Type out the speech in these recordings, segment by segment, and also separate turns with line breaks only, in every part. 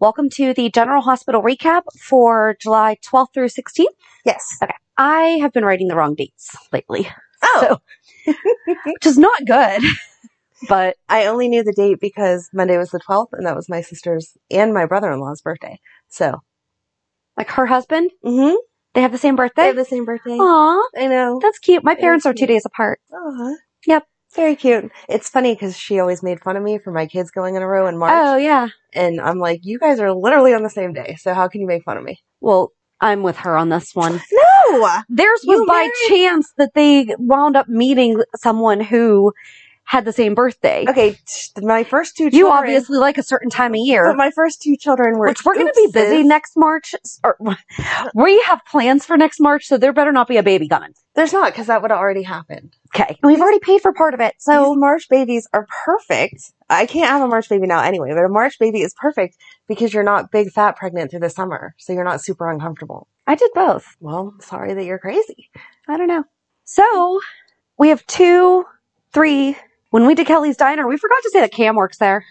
Welcome to the General Hospital recap for July 12th through 16th.
Yes.
I have been writing the wrong dates lately.
Oh.
So, which is not good. But
I only knew the date because Monday was the 12th and that was my sister's and my brother-in-law's birthday. So,
like her husband,
mm-hmm.
they have the same
They
birthday.
have the same birthday.
Aw,
I know.
that's cute. My parents are
Very
two
cute.
days apart.
Aw.
Yep.
Very cute. It's funny because she always made fun of me for my kids going in a row in March.
Oh yeah.
And I'm like, you guys are literally on the same day. So how can you make fun of me?
Well, I'm with her on this one.
No!
Theirs was
You
by
married-
chance that they wound up meeting someone who had the same birthday.
Okay. t- My first two children.
You obviously like a certain time of year.
But my first two children were.
Which we're going to be
oopses.
busy next March. Or, we have plans for next March, so there better not be a baby coming.
There's not because that would have already happened.
Okay. And we've already paid for part of it,
So
so
March babies are perfect. I can't have a March baby now anyway, but a March baby is perfect because you're not big fat pregnant through the summer. So you're not super uncomfortable.
I did both.
Well, sorry that you're crazy.
I don't know. So we have two, three. When we did Kelly's Diner, we forgot to say that Cam works there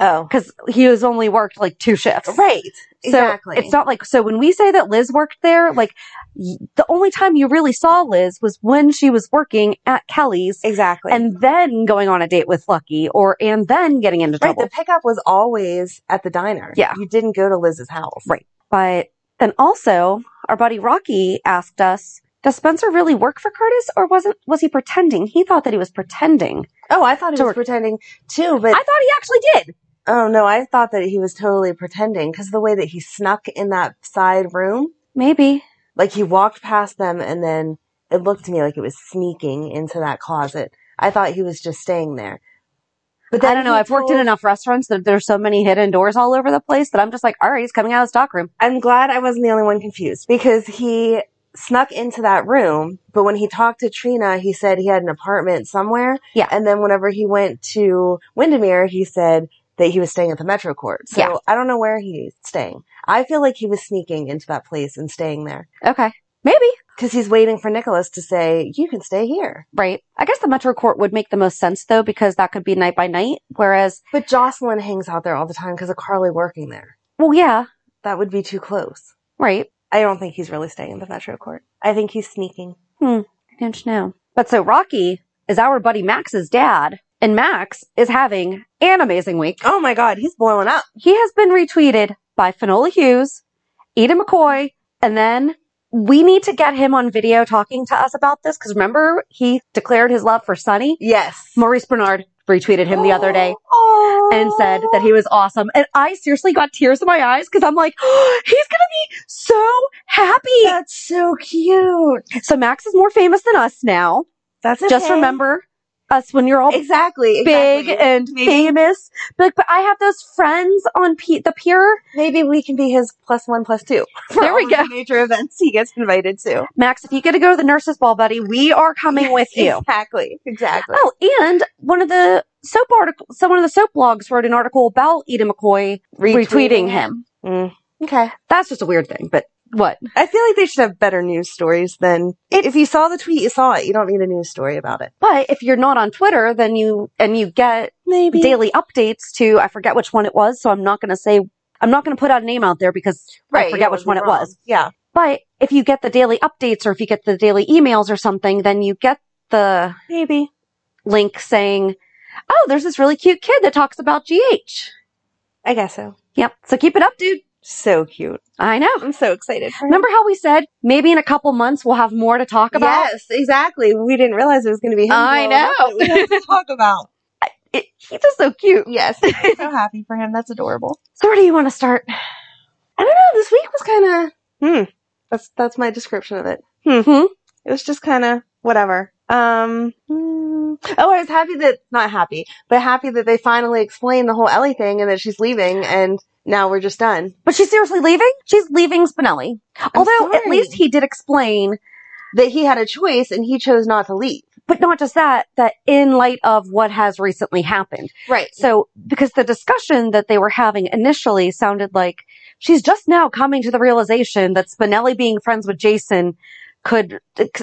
Oh,
because he has only worked like two shifts.
right.
So
exactly.
it's not like, so when we say that Liz worked there, like y- the only time you really saw Liz was when she was working at Kelly's
exactly.
and then going on a date with Lucky or, and then getting into
right,
trouble.
the pickup was always at the diner.
Yeah.
You didn't go to Liz's house.
Right. But then also, our buddy Rocky asked us, does Spencer really work for Curtis or wasn't was he pretending? He thought that he was pretending.
Oh, I thought he
To
was
work.
pretending too,
I
but
thought he actually did.
oh no, I thought that he was totally pretending because the way that he snuck in that side room,
Maybe.
like he walked past them and then it looked to me like it was sneaking into that closet. I thought he was just staying there. But
I don't know.
he
I've worked in
told-
enough restaurants that there's so many hidden doors all over the place that I'm just like, all right, he's coming out of the stockroom.
I'm glad I wasn't the only one confused because he snuck into that room, but when he talked to Trina, he said he had an apartment somewhere.
Yeah.
And then whenever he went to Windermere, he said that he was staying at the Metro Court. So
Yeah.
I don't know where he's staying. I feel like he was sneaking into that place and staying there
Okay. Maybe.
because he's waiting for Nicholas to say, you can stay here.
Right. I guess the Metro Court would make the most sense though, because that could be night by night. Whereas,
But Jocelyn hangs out there all the time because of Carly working there.
well, yeah,
That would be too close.
right.
I don't think he's really staying in the Metro Court. I think he's sneaking.
I don't know. But so Rocky is our buddy Max's dad, and Max is having an amazing week.
Oh my God, he's blowing up.
he has been retweeted by Finola Hughes, Eda McCoy, and then we need to get him on video talking to us about this because remember he declared his love for Sunny.
Yes.
Maurice Bernard retweeted him the other day and said that he was awesome. And I seriously got tears in my eyes because I'm like, he's going to be so happy.
That's so cute.
so Max is more famous than us now.
That's
Just
okay.
remember us when you're all
exactly,
big
exactly.
and
Maybe-
famous. Be Like, but I have those friends on P- the pier.
Maybe we can be his plus one, plus two. for
There we
all of
go.
the Major events he gets invited to.
Max, if you get to go to the nurses ball, buddy, we are coming with you.
Exactly. Exactly.
Oh, and one of the soap articles, so one of the soap blogs wrote an article about Eda McCoy retweeting, him.
Mm. Okay.
That's just a weird thing, but what?
I feel like they should have better news stories than if you saw the tweet, you saw it. You don't need a news story about it.
But if you're not on Twitter, then you, and you get
Maybe.
daily updates to, I forget which one it was, so I'm not going to say, I'm not going to put out a name out there because I forget which one it was.
Yeah.
But if you get the daily updates or if you get the daily emails or something, then you get the
Maybe.
link saying, oh, there's this really cute kid that talks about GH.
I guess so.
Yep. So keep it up, dude.
So cute.
I know.
I'm so excited. for him.
Remember how we said maybe in a couple months we'll have more to talk about?
Yes, exactly. We didn't realize it was going to be him.
I
blowing up
know.
that We have to talk about.
It, he's just so cute.
Yes. I'm so happy for him. That's adorable.
So where do you want to start?
I don't know. This week was kind of, hmm. That's, that's my description of it. Hmm?
Mm-hmm.
It was just kind of whatever. Um, hmm. oh, I was happy that, not happy, but happy that they finally explained the whole Ellie thing and that she's leaving and now we're just done.
But she's seriously leaving? She's leaving Spinelli. Although at
sorry.
least he did explain,
That he had a choice and he chose not to leave.
but not just that, that in light of what has recently happened.
Right.
So because the discussion that they were having initially sounded like she's just now coming to the realization that Spinelli being friends with Jason could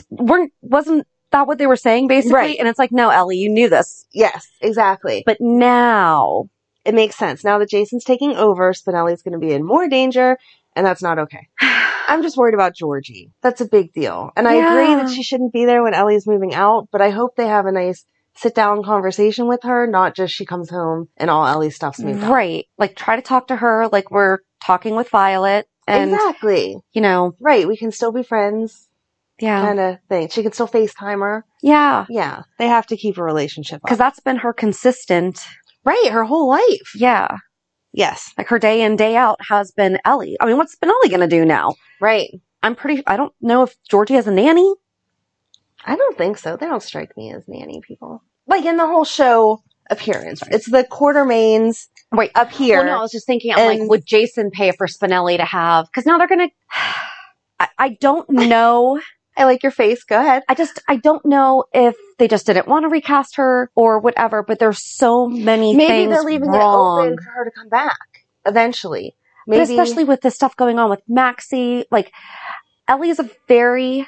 weren't wasn't that what they were saying basically?
Right.
And it's like, no, Ellie, you knew this.
Yes, exactly.
But now,
it makes sense. Now that Jason's taking over, Spinelli's going to be in more danger, and that's not okay. I'm just worried about Georgie. That's a big deal. And I agree that
Yeah.
she shouldn't be there when Ellie's moving out, but I hope they have a nice sit down conversation with her, not just she comes home and all Ellie's stuff's moved out.
right? Like, try to talk to her like we're talking with Violet, and
exactly.
you know,
Right. We can still be friends,
yeah,
kind of thing. She can still FaceTime her.
yeah,
Yeah. They have to keep a relationship up.
because that's been her consistent.
right. Her whole life.
Yeah,
Yes.
like her day in day out has been Ellie. I mean, what's Spinelli gonna do now?
Right.
I'm pretty. I don't know if Georgie has a nanny.
I don't think so. They don't strike me as nanny people. Like in the whole show appearance, it's the Quartermains
Wait,
up here.
Well, no, I was just thinking. I'm like,
And-
would Jason pay for Spinelli to have? Because now they're gonna. I, I don't know.
I like your face. Go ahead.
I just I don't know if they just didn't want to recast her or whatever, but there's so many
Maybe
things
they're leaving
wrong.
it open for her to come back eventually.
But
Maybe
especially with this stuff going on with Maxie, like Ellie is a very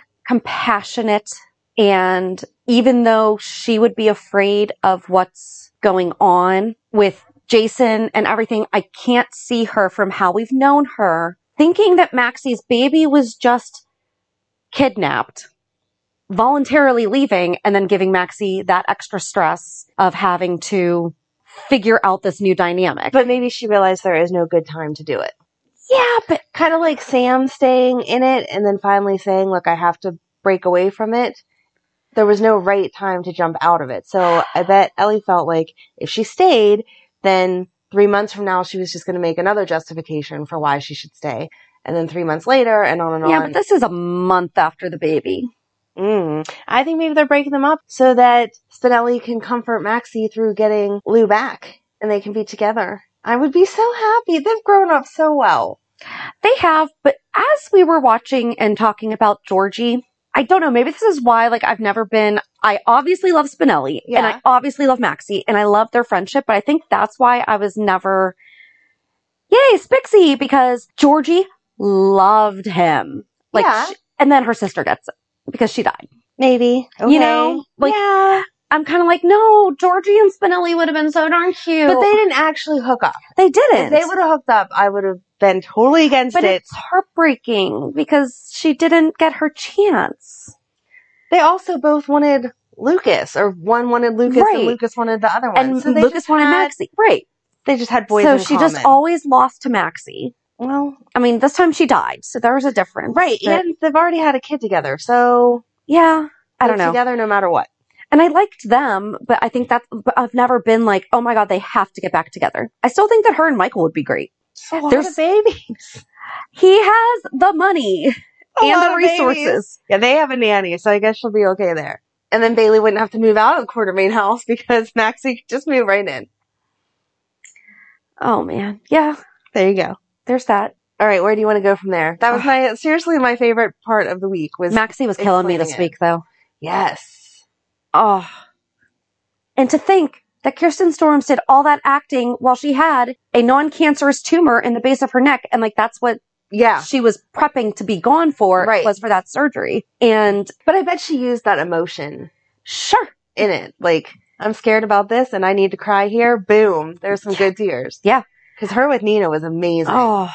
compassionate and even though she would be afraid of what's going on with Jason and everything, I can't see her from how we've known her thinking that Maxie's baby was just kidnapped, voluntarily leaving and then giving Maxie that extra stress of having to figure out this new dynamic.
but maybe she realized there is no good time to do it.
yeah, but
Kind of like Sam staying in it and then finally saying, "Look, I have to break away from it." There was no right time to jump out of it. So I bet Ellie felt like if she stayed, then three months from now she was just going to make another justification for why she should stay, and then three months later, and on and
Yeah,
on.
but this is a month after the baby.
Mm. I think maybe they're breaking them up so that Spinelli can comfort Maxie through getting Lou back and they can be together. I would be so happy. They've grown up so well.
They have, but as we were watching and talking about Georgie, I don't know, maybe this is why like I've never been I obviously love Spinelli and
Yeah.
I obviously love Maxie and I love their friendship, but I think that's why I was never Yay, Spixie, because Georgie loved him. Like
Yeah.
she- and then her sister gets it because she died.
Maybe.
You know, like-
yeah.
I'm kind of like, no, Georgie and Spinelli would have been so darn cute.
But they didn't actually hook up.
they
If
didn't.
they would have hooked up, I would have been totally against
But
it.
it's heartbreaking because she didn't get her chance.
They also both wanted Lucas, or one wanted Lucas
Right.
and Lucas wanted the other one.
And
So they
Lucas
just
wanted
had-
Maxie. Right.
They just had boys.
so
in
she just
common.
always lost to Maxie.
well,
I mean, this time she died, so there was a difference.
right.
but-
And they've already had a kid together, so
yeah. I don't
they're
know.
Together, no matter what.
And I liked them, but I think that but I've never been like, oh my God, they have to get back together. I still think that her and Michael would be great.
It's a lot
There's-
of babies.
He has the money
A
and
lot
the
of babies.
resources.
Yeah, they have a nanny, so I guess she'll be okay there. And then Bailey wouldn't have to move out of the quarter main house because Maxie could just move right in.
Oh man. Yeah.
There you go.
There's that.
All right, where do you want to go from there? That was my seriously my favorite part of the week was
Maxie was killing me
explaining
this
it.
week though.
yes.
Oh. And to think that Kirsten Storms did all that acting while she had a non-cancerous tumor in the base of her neck. And like, that's what
Yeah.
she was prepping to be gone for
Right.
was for that surgery. And
But I bet she used that emotion
sure.
in it. Like, I'm scared about this and I need to cry here. Boom. There's some good tears.
Yeah.
Because her with Nina was amazing.
Oh,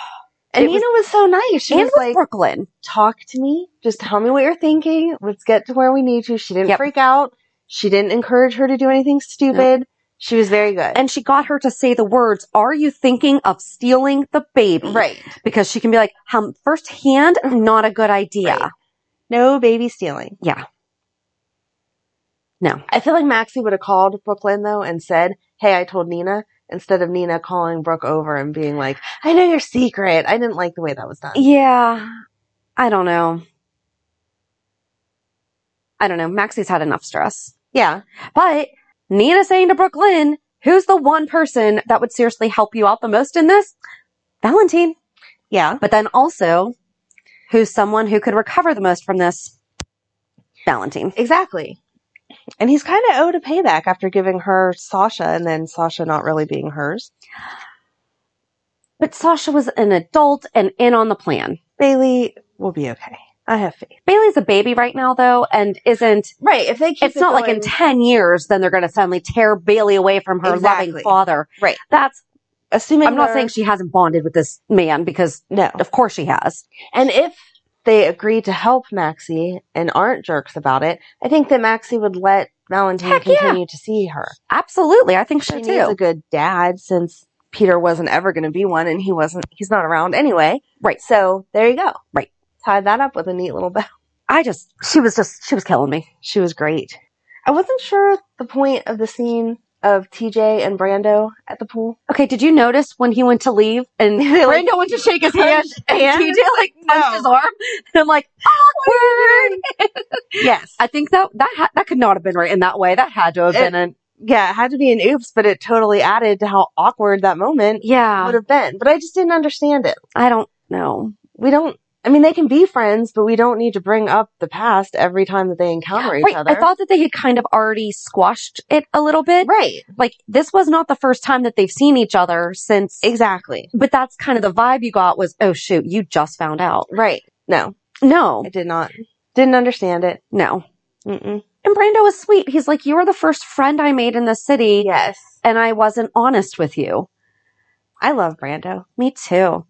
and
it was-
Nina was so nice. She
and
was
with
like,
Brooklyn.
talk to me. Just tell me what you're thinking. Let's get to where we need to. She didn't
Yep.
freak out. She didn't encourage her to do anything stupid. She was very good.
And she got her to say the words, are you thinking of stealing the baby?
right.
Because she can be like, um, firsthand, not a good idea.
Right. No baby stealing.
Yeah. No.
I feel like Maxie would have called Brooklyn though and said, Hey, I told Nina instead of Nina calling Brooke over and being like, I know your secret. I didn't like the way that was done.
Yeah. I don't know. I don't know. Maxie's had enough stress.
Yeah.
But Nina saying to Brooklyn, who's the one person that would seriously help you out the most in this? Valentine.
Yeah.
But then also, who's someone who could recover the most from this? Valentine.
Exactly. And he's kind of owed a payback after giving her Sasha and then Sasha not really being hers.
But Sasha was an adult and in on the plan.
Bailey will be okay. I have faith.
Bailey's a baby right now though, and isn't,
Right. If they keep
it's not like in 10 years, then they're going to suddenly tear Bailey away from her
Exactly.
loving father.
Right.
That's,
assuming
I'm not
they're-
saying she hasn't bonded with this man because
no.
of course she has.
And if they agree to help Maxie and aren't jerks about it, I think that Maxie would let Valentine
Heck yeah.
continue to see her.
Absolutely. I think so
She
too.
needs a good dad since Peter wasn't ever going to be one and he wasn't, he's not around anyway.
Right.
So there you go.
Right.
Tie that up with a neat little bow.
I just, she was just, she was killing me.
She was great. I wasn't sure the point of the scene of TJ and Brando at the pool.
Okay, did you notice when he went to leave and
They, like,
Brando went to shake his hand
punched
and
hands?
TJ like punched
No.
his arm? And I'm like, awkward.
Yes.
I think that that ha- that could not have been right in that way. That had to have
It-
been an
yeah, it had to be an oops, but it totally added to how awkward that moment
yeah.
would have been. But I just didn't understand it.
I don't know.
We don't, I mean, they can be friends, but we don't need to bring up the past every time that they encounter each
Right,
other.
I thought that they had kind of already squashed it a little bit.
right.
Like this was not the first time that they've seen each other since.
Exactly.
But that's kind of the vibe you got was, oh shoot, you just found out.
Right. No,
No,
I did not. Didn't understand it.
no.
Mm-mm.
And Brando was sweet. He's like, you were the first friend I made in the city.
Yes.
and I wasn't honest with you.
I love Brando.
Me too.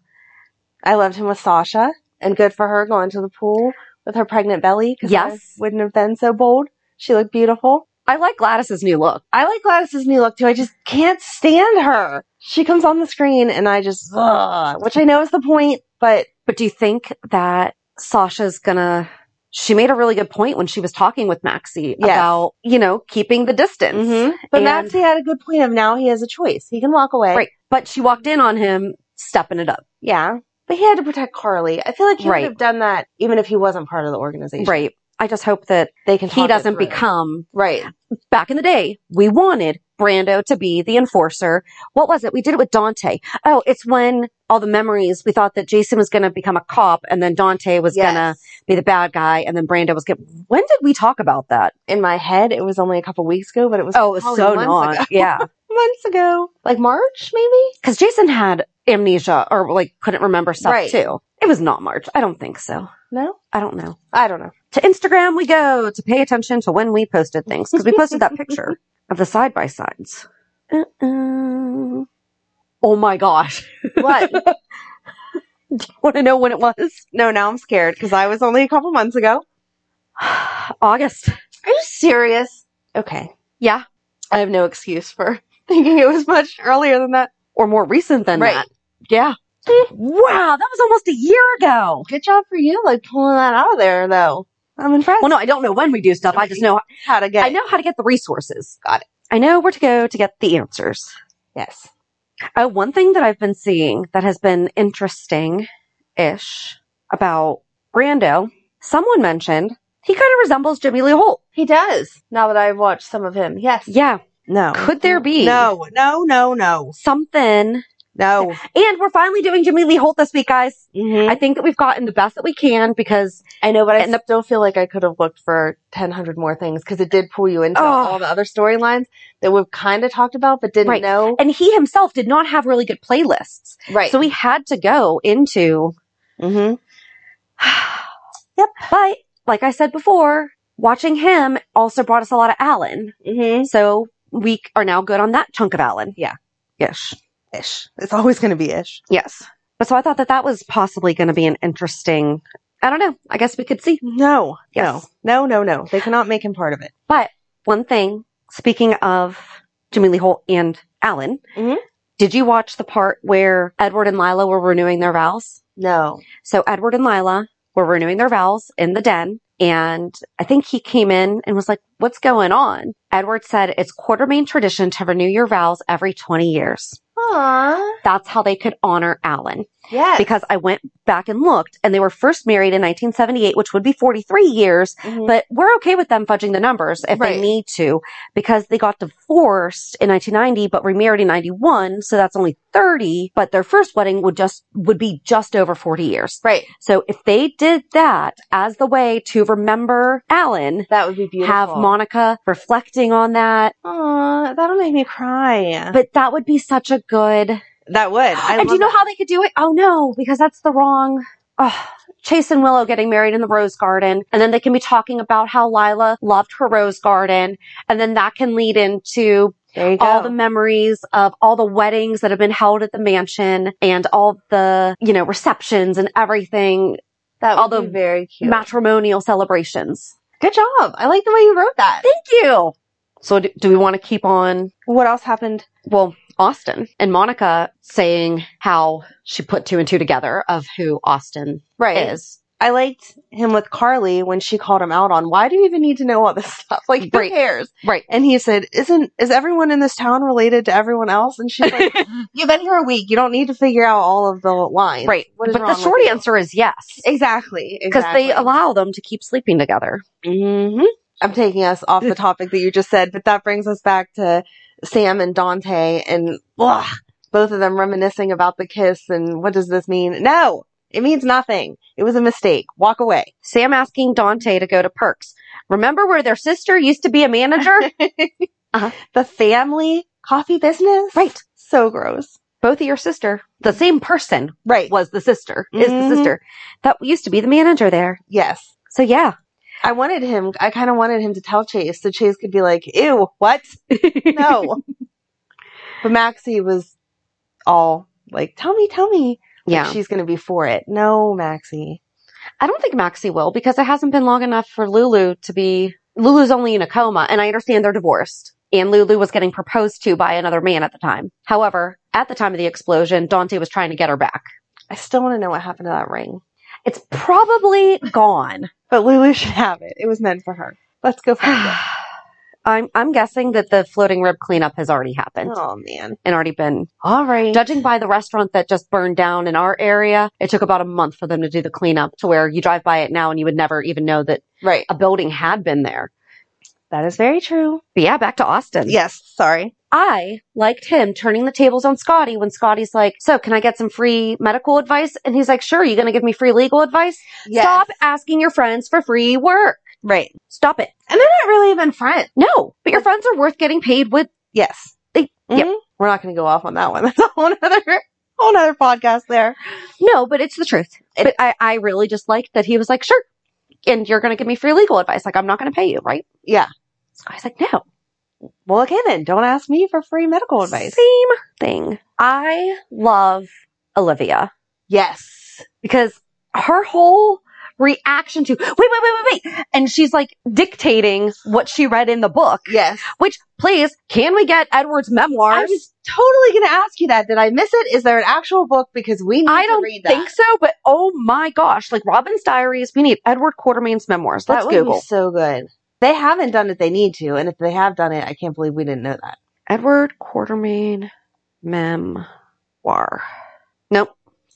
I loved him with Sasha and good for her going to the pool with her pregnant belly. 'cause
Yes.
I wouldn't have been so bold. She looked beautiful.
I like Gladys's new look.
I like Gladys's new look too. I just can't stand her. She comes on the screen and I just, ugh, which I know is the point, but
But do you think that Sasha's gonna she made a really good point when she was talking with Maxie
Yes.
about, you know, keeping the distance.
Mm-hmm. But
And-
Maxie had a good point of now he has a choice. He can walk away.
Right. But she walked in on him stepping it up.
Yeah. But he had to protect Carly. I feel like he
Right.
would have done that even if he wasn't part of the organization.
Right. I just hope that
They can
he
talk it
doesn't
through.
become
Right.
back in the day, we wanted Brando to be the enforcer. What was it? We did it with Dante. Oh, it's when all the memories we thought that Jason was going to become a cop and then Dante was
Yes.
going to be the bad guy and then Brando was going to. When did we talk about that?
In my head, it was only a couple weeks ago, but it was
Oh, it was
probably
so
months
not.
ago.
Yeah.
months ago. Like March, maybe?
Because Jason had amnesia or like couldn't remember stuff
Right.
too. It was not March. I don't think so.
No?
I don't know.
I don't know.
To Instagram we go to pay attention to when we posted things because we posted that picture of the side by sides. Uh-uh. Oh my gosh.
What?
Want to know when it was?
no, now I'm scared because I was only a couple months ago.
August.
Are you serious? Okay.
Yeah.
I have no excuse for thinking it was much earlier than that.
Or more recent than
Right.
that. Yeah. wow. That was almost a year ago.
Good job for you, like pulling that out of there, though. I'm impressed.
Well, no, I don't know when we do stuff. I just know
How to get
I know how to get the resources.
Got it.
I know where to go to get the answers.
Yes.
Uh, one thing that I've been seeing that has been interesting ish about Brando, someone mentioned he kind of resembles Jimmy Lee Holt.
He does. Now that I've watched some of him. Yes.
Yeah,
No.
could there be
No, no, no, no,
something?
no.
And we're finally doing Jimmy Lee Holt this week, guys.
Mhm.
I think that we've gotten the best that we can because
I know, but I
And the-
still feel like I could have looked for 1,000 more things because it did pull you into
Oh.
all the other storylines that we've kind of talked about but didn't
Right.
know.
and he himself did not have really good playlists,
Right.
so we had to go into
hmm
yep. But like I said before, watching him also brought us a lot of Alan.
hmm
So we are now good on that chunk of Alan.
Yeah.
Ish.
Ish. It's always going to be ish.
Yes. But so I thought that that was possibly going to be an interesting, I don't know. I guess we could see.
No.
Yes.
No. No, no, no. They cannot make him part of it.
But one thing, speaking of Jimmy Lee Holt and Alan,
Mhm.
did you watch the part where Edward and Lila were renewing their vows?
No.
So Edward and Lila were renewing their vows in the den. And I think he came in and was like, what's going on? Edward said, it's Quartermain tradition to renew your vows every 20 years.
Aww.
That's how they could honor Alan.
Yes.
Because I went back and looked and they were first married in 1978, which would be 43 years,
Mhm.
but we're okay with them fudging the numbers if
Right.
they need to because they got divorced in 1990, but remarried in 91. So that's only 30, but their first wedding would just, would be just over 40 years.
right.
So if they did that as the way to remember Alan,
That would be beautiful.
have Monica reflecting on that,
Aw, that'll make me cry.
but that would be such a good.
that would. I
and do
love
you know
it.
how they could do it? Oh no, because that's the wrong. Oh, Chase and Willow getting married in the rose garden. And then they can be talking about how Lila loved her rose garden. And then that can lead into
There you
all
go.
the memories of all the weddings that have been held at the mansion and all the, you know, receptions and everything,
that would
all
be
the
very cute.
matrimonial celebrations.
Good job. I like the way you wrote that.
Thank you. So do, do we want to keep on?
What else happened?
Well, Austin and Monica saying how she put two and two together of who Austin
Right.
is.
I liked him with Carly when she called him out on why do you even need to know all this stuff? Like who
Right.
cares?
Right.
And he said, Isn't is everyone in this town related to everyone else? And she's like, You've been here a week. You don't need to figure out all of the lines.
Right.
What is
but the
wrong with
short
you?
answer is yes.
Exactly.
Because
exactly.
they allow them to keep sleeping together.
hmm I'm taking us off the topic that you just said, but that brings us back to Sam and Dante and blah, both of them reminiscing about the kiss and what does this mean? No, it means nothing. It was a mistake. Walk away.
Sam asking Dante to go to Perks. Remember where their sister used to be a manager?
The family coffee business.
right.
So gross.
Both of your sister, the same person
Right.
was the sister, is
Mhm.
the sister that used to be the manager there.
Yes.
So yeah.
I wanted him, I kind of wanted him to tell Chase so Chase could be like, ew, what? No. but Maxie was all like, tell me, tell me. Like,
yeah.
she's going to be for it. No, Maxie.
I don't think Maxie will because it hasn't been long enough for Lulu to be. Lulu's only in a coma, and I understand they're divorced. And Lulu was getting proposed to by another man at the time. However, at the time of the explosion, Dante was trying to get her back.
I still want to know what happened to that ring.
It's probably gone.
But Lulu should have it. It was meant for her. Let's go find it.
I'm I'm guessing that the floating rib cleanup has already happened
Oh man.
and already been.
All right.
Judging by the restaurant that just burned down in our area, it took about a month for them to do the cleanup to where you drive by it now and you would never even know that
right.
a building had been there.
That is very true.
But yeah, back to Austin.
Yes. Sorry.
I liked him turning the tables on Scotty when Scotty's like, So, can I get some free medical advice? And he's like, Sure, you going to give me free legal advice?
Yes.
Stop asking your friends for free work.
Right.
Stop it.
And they're not really even friends.
No, but your friends are worth getting paid with.
Yes.
They- yep.
Mhm. We're not going to go off on that one. That's a whole other, whole other podcast there.
No, but it's the truth. But I, I really just liked that he was like, Sure. And you're going to give me free legal advice. Like, I'm not going to pay you, right?
Yeah.
Scotty's like, No.
Well, again, then don't ask me for free medical advice.
Same thing. I love Olivia
Yes.
because her whole reaction to, wait, wait, wait, wait, wait. And she's like dictating what she read in the book,
Yes.
which please, can we get Edward's memoirs?
I was totally going to ask you that. Did I miss it? Is there an actual book? Because we need
I
to
don't
read that.
think so, but oh my gosh, like Robin's Diaries, we need Edward Quartermain's memoirs.
That
Let's
would be
Google.
so good. They haven't done it. They need to. And if they have done it, I can't believe we didn't know that.
Edward Quartermain memoir. Nope.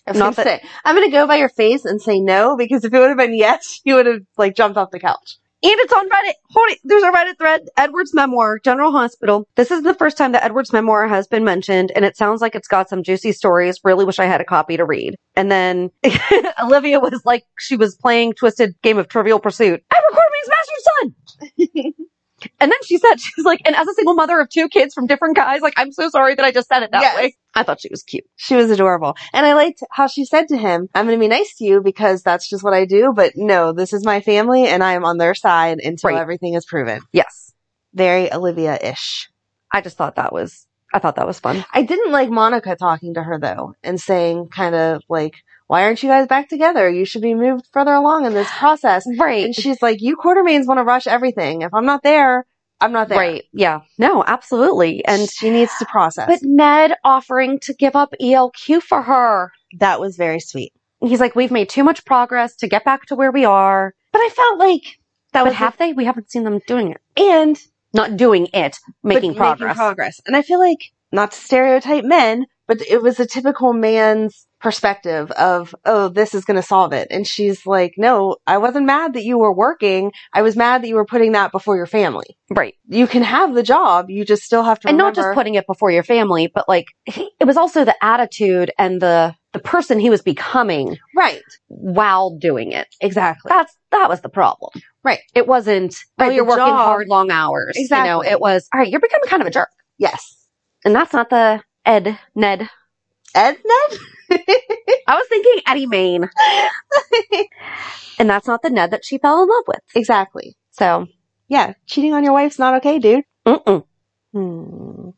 I was
Not
gonna
that-
say, I'm going to go by your face and say no because if it would have been yes, you would have like jumped off the couch.
And it's on Reddit. Hold it. There's a Reddit thread. Edward's memoir, General Hospital. This is the first time that Edward's memoir has been mentioned, and it sounds like it's got some juicy stories. Really wish I had a copy to read. And then Olivia was like, she was playing Twisted Game of Trivial Pursuit. Edward Quartermain's bastard son! and then she said, she's like, and as a single mother of two kids from different guys, like, I'm so sorry that I just said it that
Yes.
way. I thought she was cute.
She was adorable. And I liked how she said to him, I'm going to be nice to you because that's just what I do. But no, this is my family and I am on their side until
Right.
everything is proven.
Yes.
Very Olivia ish.
I just thought that was, I thought that was fun.
I didn't like Monica talking to her though and saying kind of like, why aren't you guys back together? You should be moved further along in this process.
Right.
And she's like, you quartermains want to rush everything. If I'm not there, I'm not there.
Right. Yeah. No, absolutely. And
And she needs to process.
but Ned offering to give up ELQ for her.
that was very sweet.
He's like, we've made too much progress to get back to where we are.
But I felt like that
But
was
have they? We haven't seen them doing it.
and
Not doing it,
but
making progress.
progress. And I feel like not to stereotype men, but it was a typical man's perspective of, oh, this is going to solve it. And she's like, no, I wasn't mad that you were working. I was mad that you were putting that before your family.
right.
You can have the job. You just still have to
And not just
remember-
putting it before your family, but like, he- it was also the attitude and the, the person he was becoming
right.
while doing it.
Exactly.
That's, that was the problem.
Right.
It wasn't,
Right,
oh, you're
the
working
job-
hard, long hours. You know,
Exactly.
it was, all right, you're becoming kind of a jerk.
yes.
And that's not the Ed, Ned
Ed Ned?
I was thinking Eddie Main. and that's not the Ned that she fell in love with.
exactly.
So,
Yeah. Cheating on your wife's not okay, dude.
mm-mm.
Hmm.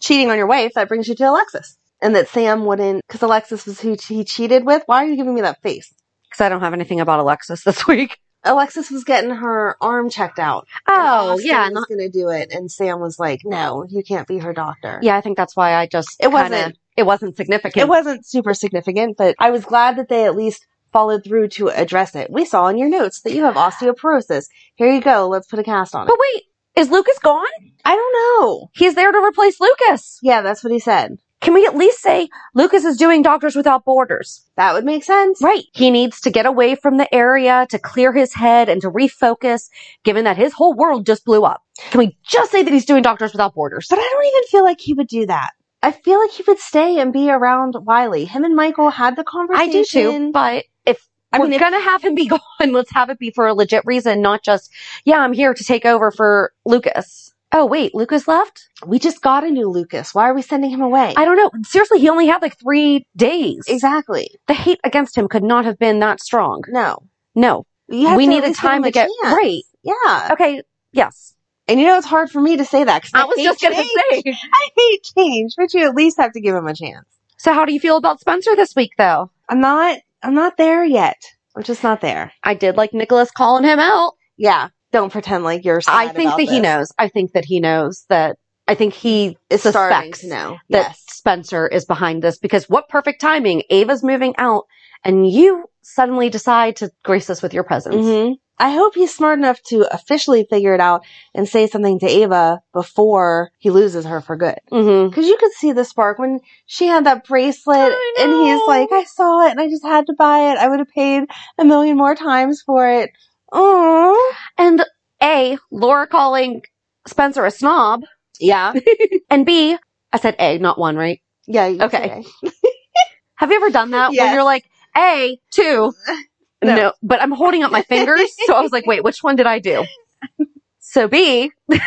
Cheating on your wife, that brings you to Alexis. And that Sam wouldn't, because Alexis was who he cheated with. Why are you giving me that face?
Because I don't have anything about Alexis this week.
Alexis was getting her arm checked out. and
Oh,
Austin
yeah.
was
not-
going to do it. And Sam was like, no, you can't be her doctor.
yeah, I think that's why I just.
It
kinda-
wasn't-
It wasn't significant.
It wasn't super significant, but I was glad that they at least followed through to address it. We saw in your notes that you have osteoporosis. Here you go. Let's put a cast on it.
But wait, is Lucas gone?
I don't know.
He's there to replace Lucas.
Yeah, that's what he said.
Can we at least say Lucas is doing Doctors Without Borders?
That would make sense.
Right. He needs to get away from the area to clear his head and to refocus, given that his whole world just blew up. Can we just say that he's doing Doctors Without Borders?
But I don't even feel like he would do that. I feel like he would stay and be around Wiley. Him and Michael had the
I
conversation.
do too, but if
I
we're
mean, if-
gonna have him be gone, let's have it be for a legit reason, not just yeah, I'm here to take over for Lucas. Oh wait, Lucas left?
we just got a new Lucas. Why are we sending him away?
I don't know. Seriously, he only had like three days.
exactly.
The hate against him could not have been that strong.
No.
No,
You have
we
to at
needed
least give
time
him
to
a
get
chance.
right.
Yeah.
Okay, yes,
And you know, it's hard for me to say that. 'cause
I was
hate
just gonna
change.
say.
I hate change, but you at least have to give him a chance.
So how do you feel about Spencer this week, though?
I'm not, I'm not there yet. I'm just not there.
I did like Nicholas calling him out.
Yeah. Don't pretend like you're sad
I think that
about
he
this.
knows. I think that he knows that. I think he
It's starting
suspects
to know.
that
Yes.
Spencer is behind this because what perfect timing. Ava's moving out and you suddenly decide to grace us with your presence.
hmm I hope he's smart enough to officially figure it out and say something to Ava before he loses her for good.
Mhm.
Because you could see the spark when she had that bracelet,
I
and he's
know.
like, "I saw it, and I just had to buy it. I would have paid a million more times for it." Oh,
And A, Laura calling Spencer a snob.
yeah,
And B, I said A, not one, right?
yeah. you
Okay.
say.
Have you ever done that when
Yes.
you're like, A, two?
No.
No. but I'm holding up my fingers. so I was like, wait, which one did I do? So B,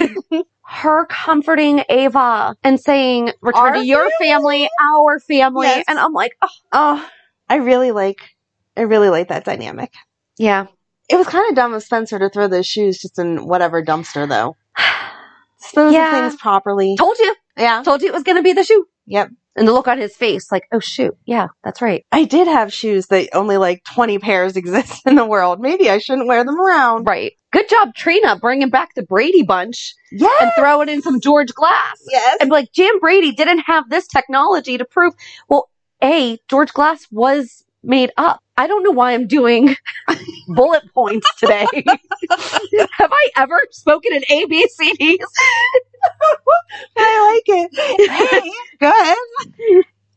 her comforting Ava and saying, return
Our
to your family, our family.
Yes.
And I'm like, oh,
Oh, I really like, I really like that dynamic.
yeah.
It was kind of dumb of Spencer to throw those shoes just in whatever dumpster, though. Dispose
Yeah.
of things properly.
Told you.
Yeah.
Told you it was going to be the shoe.
Yep.
And the look on his face, like, oh shoot, yeah, that's right.
I did have shoes that only like 20 pairs exist in the world. Maybe I shouldn't wear them around.
Right. Good job, Trina, bringing back the Brady bunch
Yes.
and throwing in some George Glass.
yes.
And like, Jim Brady didn't have this technology to prove, well, A, George Glass was made up. I don't know why I'm doing bullet points today. have I ever spoken in ABCDs?
I like it. Hey, go ahead.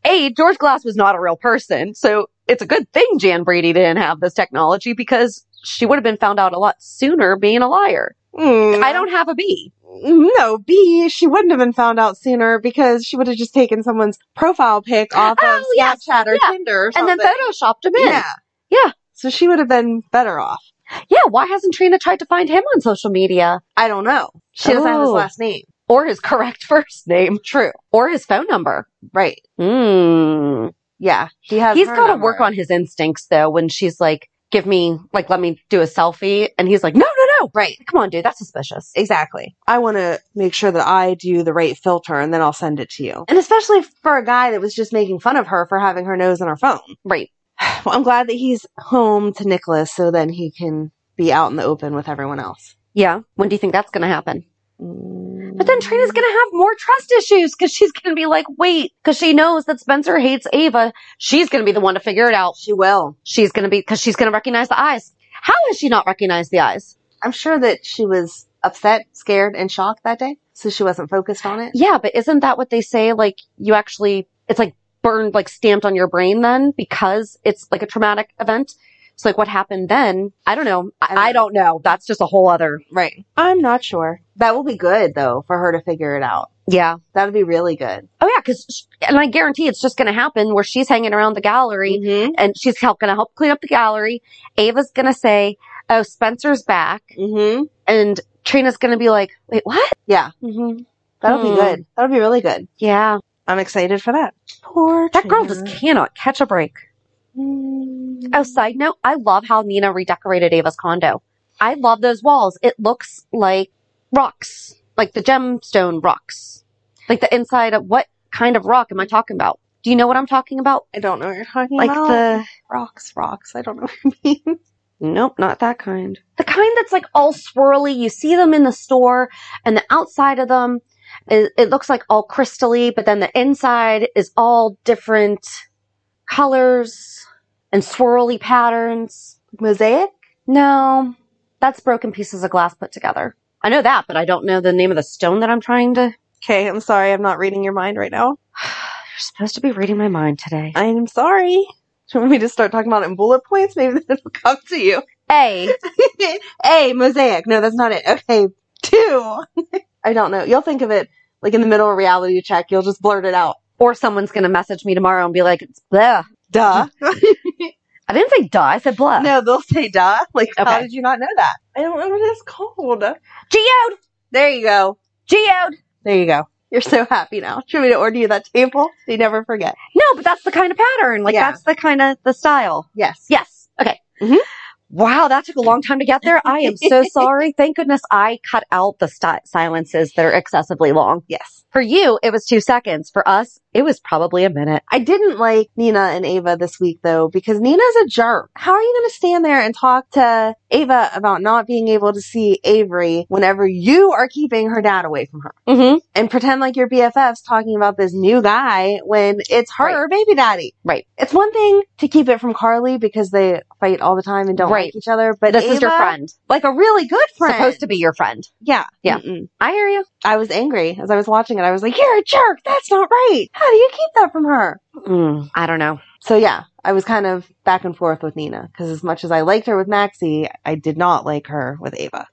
A, George Glass was not a real person. So it's a good thing Jan Brady didn't have this technology because she would have been found out a lot sooner being a liar.
Hmm.
I don't have a B.
No, B, she wouldn't have been found out sooner because she would have just taken someone's profile pic off of
Oh, yes.
Snapchat or
Yeah.
Tinder or
And
something.
then photoshopped him in.
yeah.
Yeah.
So she would have been better off.
Yeah, why hasn't Trina tried to find him on social media
I don't know. She doesn't have his
Oh.
last name.
or his correct first name
True.
or his phone number?
Right.
Mm.
Yeah. He has
He's
her
got to
number.
work on his instincts though when she's like, give me, like, let me do a selfie. And he's like, no, no, no.
Right.
Come on, dude. That's suspicious.
Exactly. I want to make sure that I do the right filter and then I'll send it to you. And especially for a guy that was just making fun of her for having her nose on her phone.
Right.
Well, I'm glad that he's home to Nicholas so then he can be out in the open with everyone else.
Yeah. When do you think that's going to happen? But then Trina's going to have more trust issues because she's going to be like, wait, because she knows that Spencer hates Ava. She's going to be the one to figure it out.
She will.
She's going to be, because she's going to recognize the eyes. How has she not recognized the eyes?
I'm sure that she was upset, scared, and shocked that day. So she wasn't focused on it.
Yeah, but isn't that what they say? Like, you actually, it's like burned, like stamped on your brain then because it's like a traumatic event. So, like, what happened then? I don't know. I, I don't know. That's just a whole other.
Right. I'm not sure. That will be good though for her to figure it out.
Yeah.
That would be really good.
Oh, yeah. Cause, she- and I guarantee it's just going to happen where she's hanging around the gallery
Mm-hmm.
and she's help, gonna help clean up the gallery. Ava's gonna say, "Oh, Spencer's back,"
Mm-hmm.
and Trina's gonna be like, "Wait, what?"
Yeah.
Mm-hmm.
That'll
Hmm.
be good. That'll be really good.
Yeah,
I'm excited for that. Poor
that girl
Trina.
just cannot catch a break.
Mm.
Oh, side note, I love how Nina redecorated Ava's condo. I love those walls. It looks like rocks, like the gemstone rocks, like the inside of what kind of rock am I talking about? Do you know what I'm talking about?
I don't know what you're talking
Like
about.
the
rocks, rocks. I don't know what you mean. Nope, not that kind.
the kind that's like all swirly. You see them in the store, and the outside of them, it, it looks like all crystally, but then the inside is all different colors and swirly patterns.
Mosaic?
No, that's broken pieces of glass put together. I know that, but I don't know the name of the stone that I'm trying to. You're
Okay, I'm sorry. I'm not reading your mind right now.
supposed to be reading my mind today.
I'm sorry. Do you want me to start talking about it in bullet points? Maybe that'll come to you.
A.
A, mosaic. No, that's not it. Okay, two. I don't know. You'll think of it like in the middle of reality check. You'll just blurt it out.
Or someone's going to message me tomorrow and be like, it's blah.
Duh.
I didn't say duh. I said blah.
No, they'll say duh. Like, how
Okay.
did you not know that? I don't know what it's called.
Geode!
There you go.
Geode!
There you go. You're so happy now. Should we order you that table? So you never forget.
No, but that's the kind of pattern. Like,
Yeah.
that's the kind of the style.
Yes.
Yes. Okay.
Mhm.
Wow, that took a long time to get there. I am so sorry. Thank goodness I cut out the sti- silences that are excessively long.
Yes.
For you, it was two seconds. For us, it was probably a minute.
I didn't like Nina and Ava this week though, because Nina's a jerk. How are you going to stand there and talk to Ava about not being able to see Avery whenever you are keeping her dad away from her
Mm-hmm.
and pretend like your BFF's talking about this new guy when it's her baby daddy?
Right.
It's one thing to keep it from Carly because they fight all the time and don't
Right.
like each other, but
this is your
Ava,
friend.
like a really good friend,
Supposed to be your friend.
Yeah.
Yeah.
Mm-mm.
I hear you.
I was angry as I was watching it. I was like, "You're a jerk. That's not right. How do you keep that from her?"
Mm, I don't know.
So yeah, I was kind of back and forth with Nina because as much as I liked her with Maxie, I did not like her with Ava.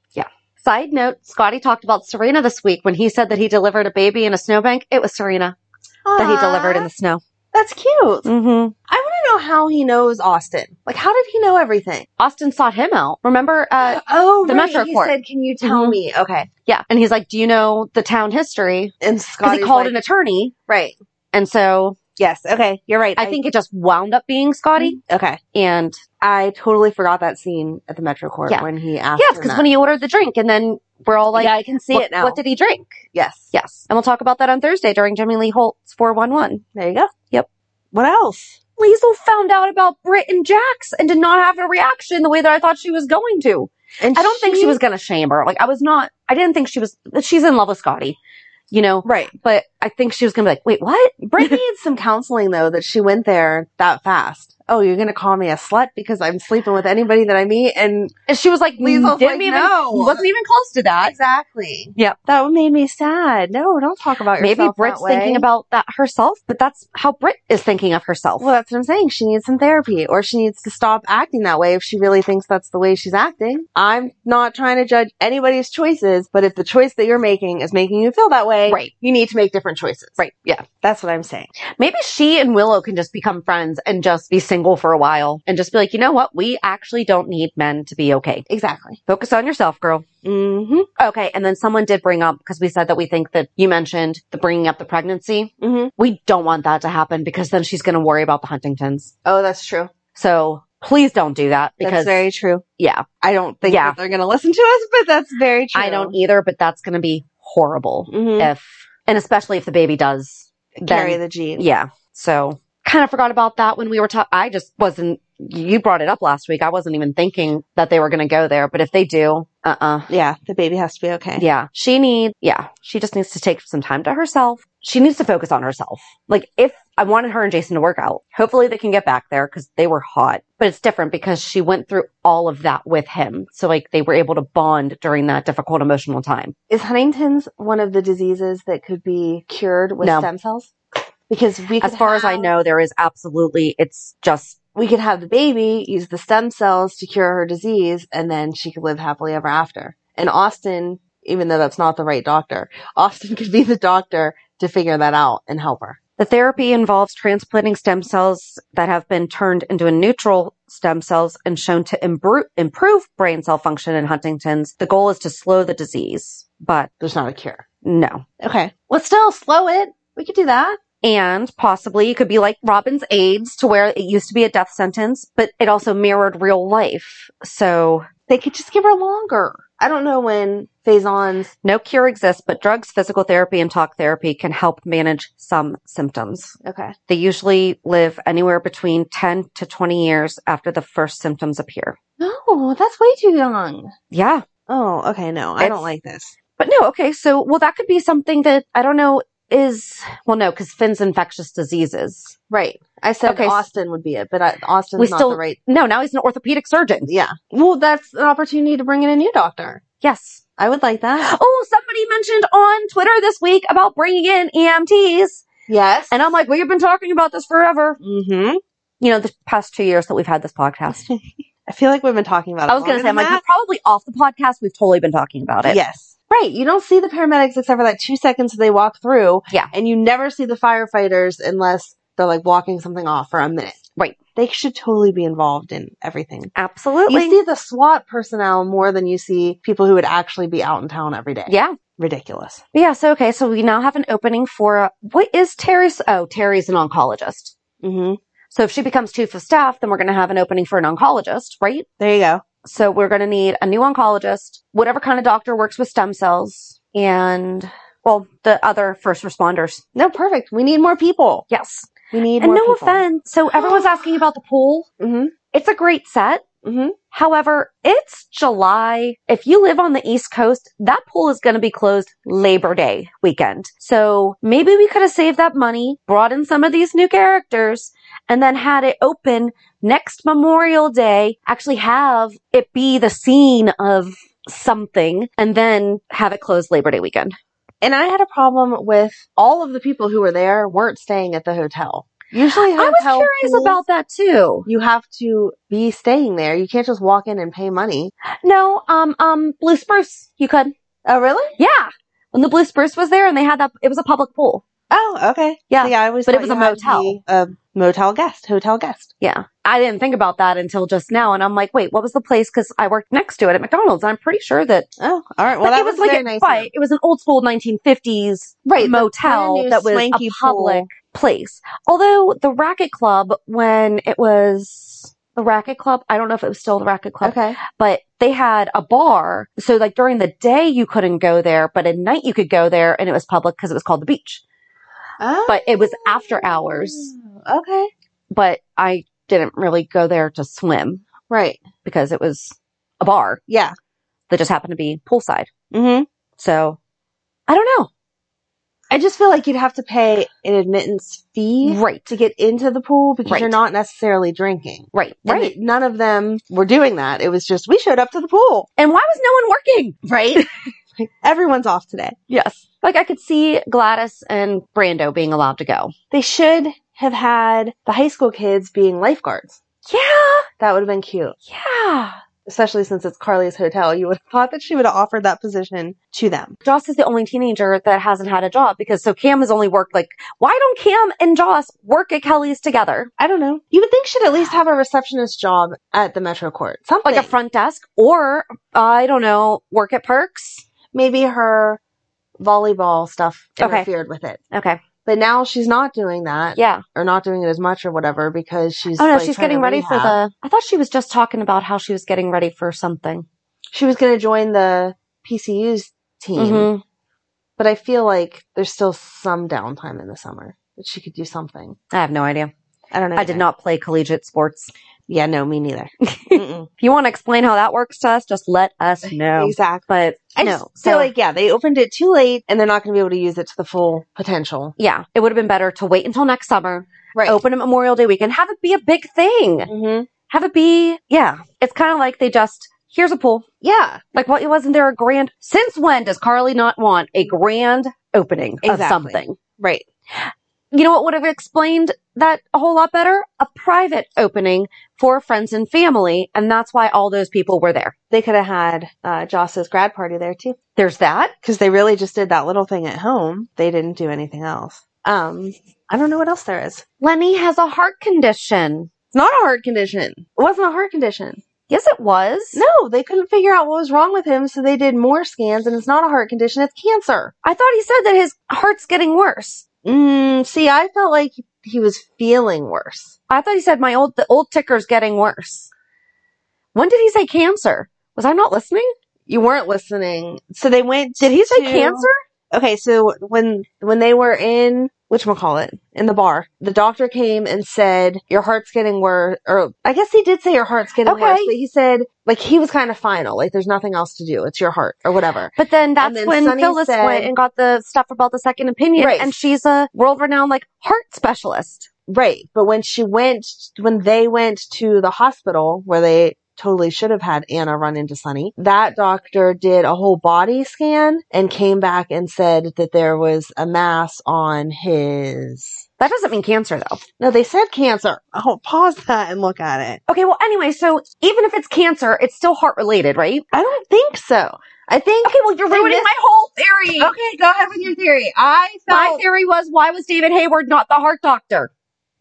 Side note, Scotty talked about Serena this week when he said that he delivered a baby in a snowbank. It was Serena that he delivered in the snow.
That's cute.
Mm-hmm.
I want to know how he knows Austin. Like, how did he know everything?
Austin sought him out. Remember, uh,
oh,
the Metro
He
Court.
said, "Can you tell
Mhm.
me?" Okay.
yeah. And he's like, do you know the town history?
And
Because
Scotty
he called an attorney.
right.
And so
Yes. Okay. You're right.
I think it just wound up being Scotty.
Okay.
And
I totally forgot that scene at the Metro Court
Yeah.
when he asked.
yes,
him
because
that.
when he ordered the drink and then We're all like,
yeah, I can see
what-
it now.
What did he drink?
yes.
Yes. And we'll talk about that on Thursday during Jimmy Lee Holt's 411.
There you go.
Yep.
What else?
Liesel found out about Britt and Jax and did not have a reaction the way that I thought she was going to.
And
I don't think she was going to shame her. Like, I was not, I didn't think she was, she's in love with Scotty, you know,
right.
but I think she was going to be like, wait, what?
Britt needs some counseling though that she went there that fast. Oh, you're gonna call me a slut because I'm sleeping with anybody that I meet, and
And she was like,
Liesel's
didn't
like,
even,
no.
wasn't even close to that.
exactly.
Yep.
That made me sad. No, don't talk about yourself.
Maybe
that
Britt's
way.
thinking about that herself, but that's how Britt is thinking of herself.
Well, that's what I'm saying. She needs some therapy, or she needs to stop acting that way if she really thinks that's the way she's acting. I'm not trying to judge anybody's choices, but if the choice that you're making is making you feel that way,
Right.
you need to make different choices.
right. Yeah.
That's what I'm saying.
Maybe she and Willow can just become friends and just be single for a while and just be like, you know what? We actually don't need men to be okay.
Exactly.
Focus on yourself, girl.
hmm
Okay. And then someone did bring up, because we said that we think that you mentioned the bringing up the pregnancy.
hmm
We don't want that to happen because then she's going to worry about the Huntingtons.
Oh, that's true.
So please don't do that because,
that's very true.
yeah,
I don't think
Yeah.
that they're going to listen to us, but that's very true.
I don't e-, either, but that's going to be horrible
Mhm.
if, and especially if the baby does
carry
then-
the gene.
Yeah. So kind of forgot about that when we were talking. I just wasn't, you brought it up last week. I wasn't even thinking that they were going to go there, but if they do, uh uh
Yeah, the baby has to be okay.
Yeah. She need yeah, she just needs to take some time to herself. She needs to focus on herself. Like if I wanted her and Jason to work out, hopefully they can get back there cuz they were hot. But it's different because she went through all of that with him. So like they were able to bond during that difficult emotional time.
Is Huntington's one of the diseases that could be cured with
No.
stem cells? Because we, could
As far as I
have-
know, there is absolutely it's just
we could have the baby use the stem cells to cure her disease, and then she could live happily ever after. And Austin, even though that's not the right doctor, Austin could be the doctor to figure that out and help her.
The therapy involves transplanting stem cells that have been turned into a neutral stem cells and shown to imbru- improve brain cell function in Huntington's. The goal is to slow the disease, but
There's not a cure.
no.
Okay. Well, still slow it. We could do that.
And possibly it could be like Robin's AIDS to where it used to be a death sentence, but it also mirrored real life. So
They could just give her longer. I don't know when Faison's
no cure exists, but drugs, physical therapy, and talk therapy can help manage some symptoms.
okay.
They usually live anywhere between 10 to 20 years after the first symptoms appear.
No, that's way too young.
Yeah.
Oh, okay. No, I
It's-
don't like this.
But no, okay. So, well, that could be something that I don't know is, well, no, because Finn's infectious diseases.
Right. I said
Okay, s-
Austin would be it, but I, Austin's
We
not
still-
the right.
No, now he's an orthopedic surgeon.
Yeah. Well, that's an opportunity to bring in a new doctor.
Yes.
I would like that.
Oh, somebody mentioned on Twitter this week about bringing in EMTs.
Yes.
And I'm like, we have been talking about this forever.
mm-hmm.
You know, the past two years that we've had this podcast.
I feel like we've been talking about. it
I was going
longer
to say, I'm
than
like, we're probably off the podcast. We've totally been talking about
that.
it.
yes. Right. You don't see the paramedics except for that two seconds that they walk through.
Yeah.
And you never see the firefighters unless they're like walking something off for a minute.
Right.
They should totally be involved in everything.
Absolutely.
You see the SWAT personnel more than you see people who would actually be out in town every day.
yeah.
Ridiculous.
Yeah. So, okay. So we now have an opening for uh, what is Terry's? Oh, Terry's an oncologist.
Mm-hmm.
So if she becomes chief of staff, then we're going to have an opening for an oncologist, right?
There you go.
So we're going to need a new oncologist, whatever kind of doctor works with stem cells, and well, the other first responders.
No, perfect. We need more people.
Yes.
We need
And
more
no
people.
offense. So everyone's asking about the pool.
Mm-hmm.
It's a great set.
Mm-hmm.
However, it's July. If you live on the East Coast, that pool is going to be closed Labor Day weekend. So maybe we could have saved that money, brought in some of these new characters, and then had it open next Memorial Day, actually have it be the scene of something, and then have it closed Labor Day weekend.
And I had a problem with all of the people who were there weren't staying at the hotel. Usually,
I
hotel
was curious
pools,
about that too.
You have to be staying there. You can't just walk in and pay money.
No, um, um, Blue Spruce, you could.
Oh, really?
Yeah. When the Blue Spruce was there and they had that, it was a public pool.
Oh, okay.
Yeah.
See, I always
But it
thought
was
you
a
had to
motel.
be A um, motel guest, hotel guest.
Yeah. I didn't think about that until just now. And I'm like, wait, what was the place? Cause I worked next to it at McDonald's. And I'm pretty sure that,
Oh, all right. Well,
but
that
it was,
was,
like,
very
a,
nice.
right, it was an old school 1950s
Right, the brand
motel
new
that was a
swanky
public
pool.
place. Although the racket club, when it was the racket club. I don't know if it was still the racket club,
Okay.
but they had a bar. So like during the day you couldn't go there, but at night you could go there and it was public because it was called the beach, but it was after hours.
Oh. Okay.
But I didn't really go there to swim
Right.
because it was a bar
Yeah.
that just happened to be poolside.
Mm-hmm.
So I don't
I just feel like you'd have to pay an admittance fee
know. Right.
to get into the pool because
Right.
you're not necessarily drinking.
Right.
And
Right.
none of them were doing that. It was just we showed up to the pool.
And why was no one working?
Right. Everyone's off today.
Yes. Like I could see Gladys and Brando being allowed to go.
They should have had the high school kids being lifeguards.
Yeah.
That would have been cute.
Yeah.
Especially since it's Carly's hotel. You would have thought that she would have offered that position to them.
Joss is the only teenager that hasn't had a job because so Cam has only worked like, why don't Cam and Joss work at Kelly's together?
I don't know. You would think she'd at least have a receptionist job at the Metro Court. Something.
Like a front desk or, I don't know, work at Perks?
Maybe her volleyball stuff
Okay.
interfered with it.
Okay.
But now she's not doing that
Yeah.
or not doing it as much or whatever because she's.
Oh no,
like,
she's
trying to
getting ready for
rehab.
the, I thought she was just talking about how she was getting ready for something.
She was going to join the PCU's team,
Mhm.
but I feel like there's still some downtime in the summer that she could do something.
I have no idea.
I don't know.
I did
either.
not play collegiate sports.
Yeah, no, me neither. Mm-mm.
If you want to explain how that works to us, just let us know.
Exactly.
But
I
no,
just feel
so-
like yeah, they opened it too late, and they're not going to be able to use it to the full potential. Oh,
Yeah, it would have been better to wait until next summer,
Right.
open a Memorial Day weekend, have it be a big thing.
hmm
Have it be, yeah. It's kind of like they just, here's a pool.
Yeah.
Like, what wasn't there a grand? Since when does Carly not want a grand opening
Exactly.
of something?
Right.
You know what would have explained that a whole lot better? A private opening for friends and family. And that's why all those people were there.
They could have had uh, Joss's grad party there too.
There's that.
because they really just did that little thing at home. They didn't do anything else. Um, I don't know what else there is.
Lenny has a heart condition.
It's not a heart condition. It wasn't a heart condition.
Yes, it was.
No, they couldn't figure out what was wrong with him, so they did more scans, and it's not a heart condition. It's cancer.
I thought he said that his heart's getting worse.
Mm, see, I felt like he was feeling worse.
I thought he said my old the old ticker's getting worse. When did he say cancer? Was I not listening?
You weren't listening. So they went. Did
Did he say cancer?
Okay, so when when they were in which call it in the bar, the doctor came and said your heart's getting worse. Or I guess he did say your heart's getting
Okay.
worse, but he said like he was kind of final, like there's nothing else to do. It's your heart or whatever.
But then that's
then
when
Sunny
Phyllis
said-
went and got the stuff about the second opinion,
Right.
and she's a world renowned like heart specialist.
Right. But when she went, when they went to the hospital where they totally should have had Anna run into Sunny, that doctor did a whole body scan and came back and said that there was a mass on his
That doesn't mean cancer though.
No, they said cancer. Oh, pause that and look at it.
Okay, well anyway, so even if it's cancer, it's still heart related, right?
I don't think so. I think.
Okay, well you're
They
ruining
missed-
my whole theory.
Okay, go ahead with your theory. I
My
felt.
theory was why was David Hayward not the heart doctor?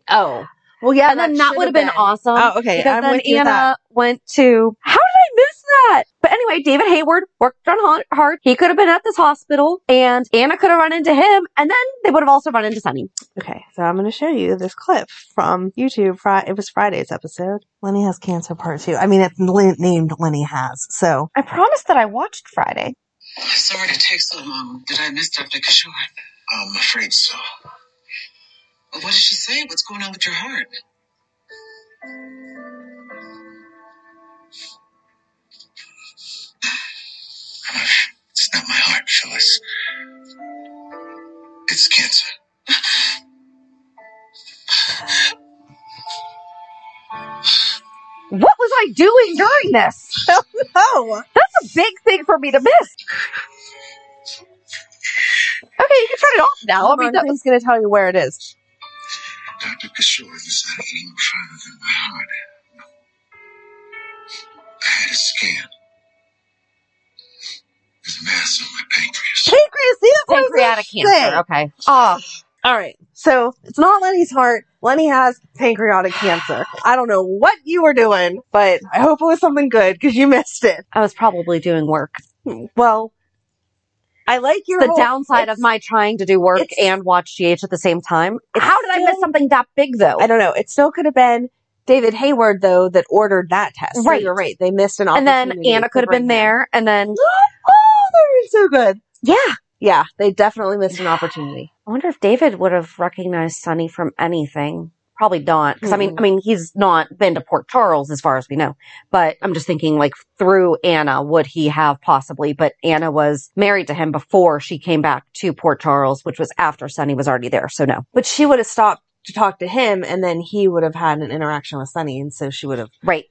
oh, well, yeah.
and then that
should
would have been, awesome.
Oh, okay,
Because
I'm
then
with you with
Anna
that.
went to. How did I miss that? But anyway, David Hayward worked on ha- hard. He could have been at this hospital, and Anna could have run into him, and then they would have also run into Sunny.
Okay, so I'm going to show you this clip from YouTube. Fri- it was Friday's episode. Lenny has cancer part two. I mean, it's li- named Lenny has. So
I promised that I watched Friday.
Sorry to take so long. Did I miss Dr. Kishore? I'm afraid so. What did she say? What's going on with your heart? It's not my heart, Phyllis. It's cancer.
What was I doing during this?
oh,
That's a big thing for me to miss. Okay, you can turn it off now. I mean, that was
he's going to tell you where it is.
Dr. Kishore is not any further than my heart. I had a scan. There's a mass on my pancreas.
Pancreas, see, that's what I was gonna
pancreatic cancer.
say.
Okay. Oh,
All right. Ah. So it's not Lenny's heart. Lenny has pancreatic cancer. I don't know what you were doing, but I hope it was something good because you missed it.
I was probably doing work.
Well, I like your
the
whole-
downside
it's-
of my trying to do work
it's-
and watch GH at the same time.
it's
How did I miss
still-
something that big though?
I don't know. It still could have been David Hayward, though, that ordered that test. So
Right.
you're right. They missed an
and
opportunity.
then Anna
to
could have been
bring him.
there. And then,
Oh, they were so good.
yeah.
Yeah, they definitely missed an opportunity.
I wonder if David would have recognized Sonny from anything. Probably not, because I mean,
Mm-mm.
I mean, he's not been to Port Charles as far as we know. But I'm just thinking, like through Anna, would he have possibly? But Anna was married to him before she came back to Port Charles, which was after Sonny was already there. So no,
But she would have stopped to talk to him, and then he would have had an interaction with Sunny, and so she would have.
right?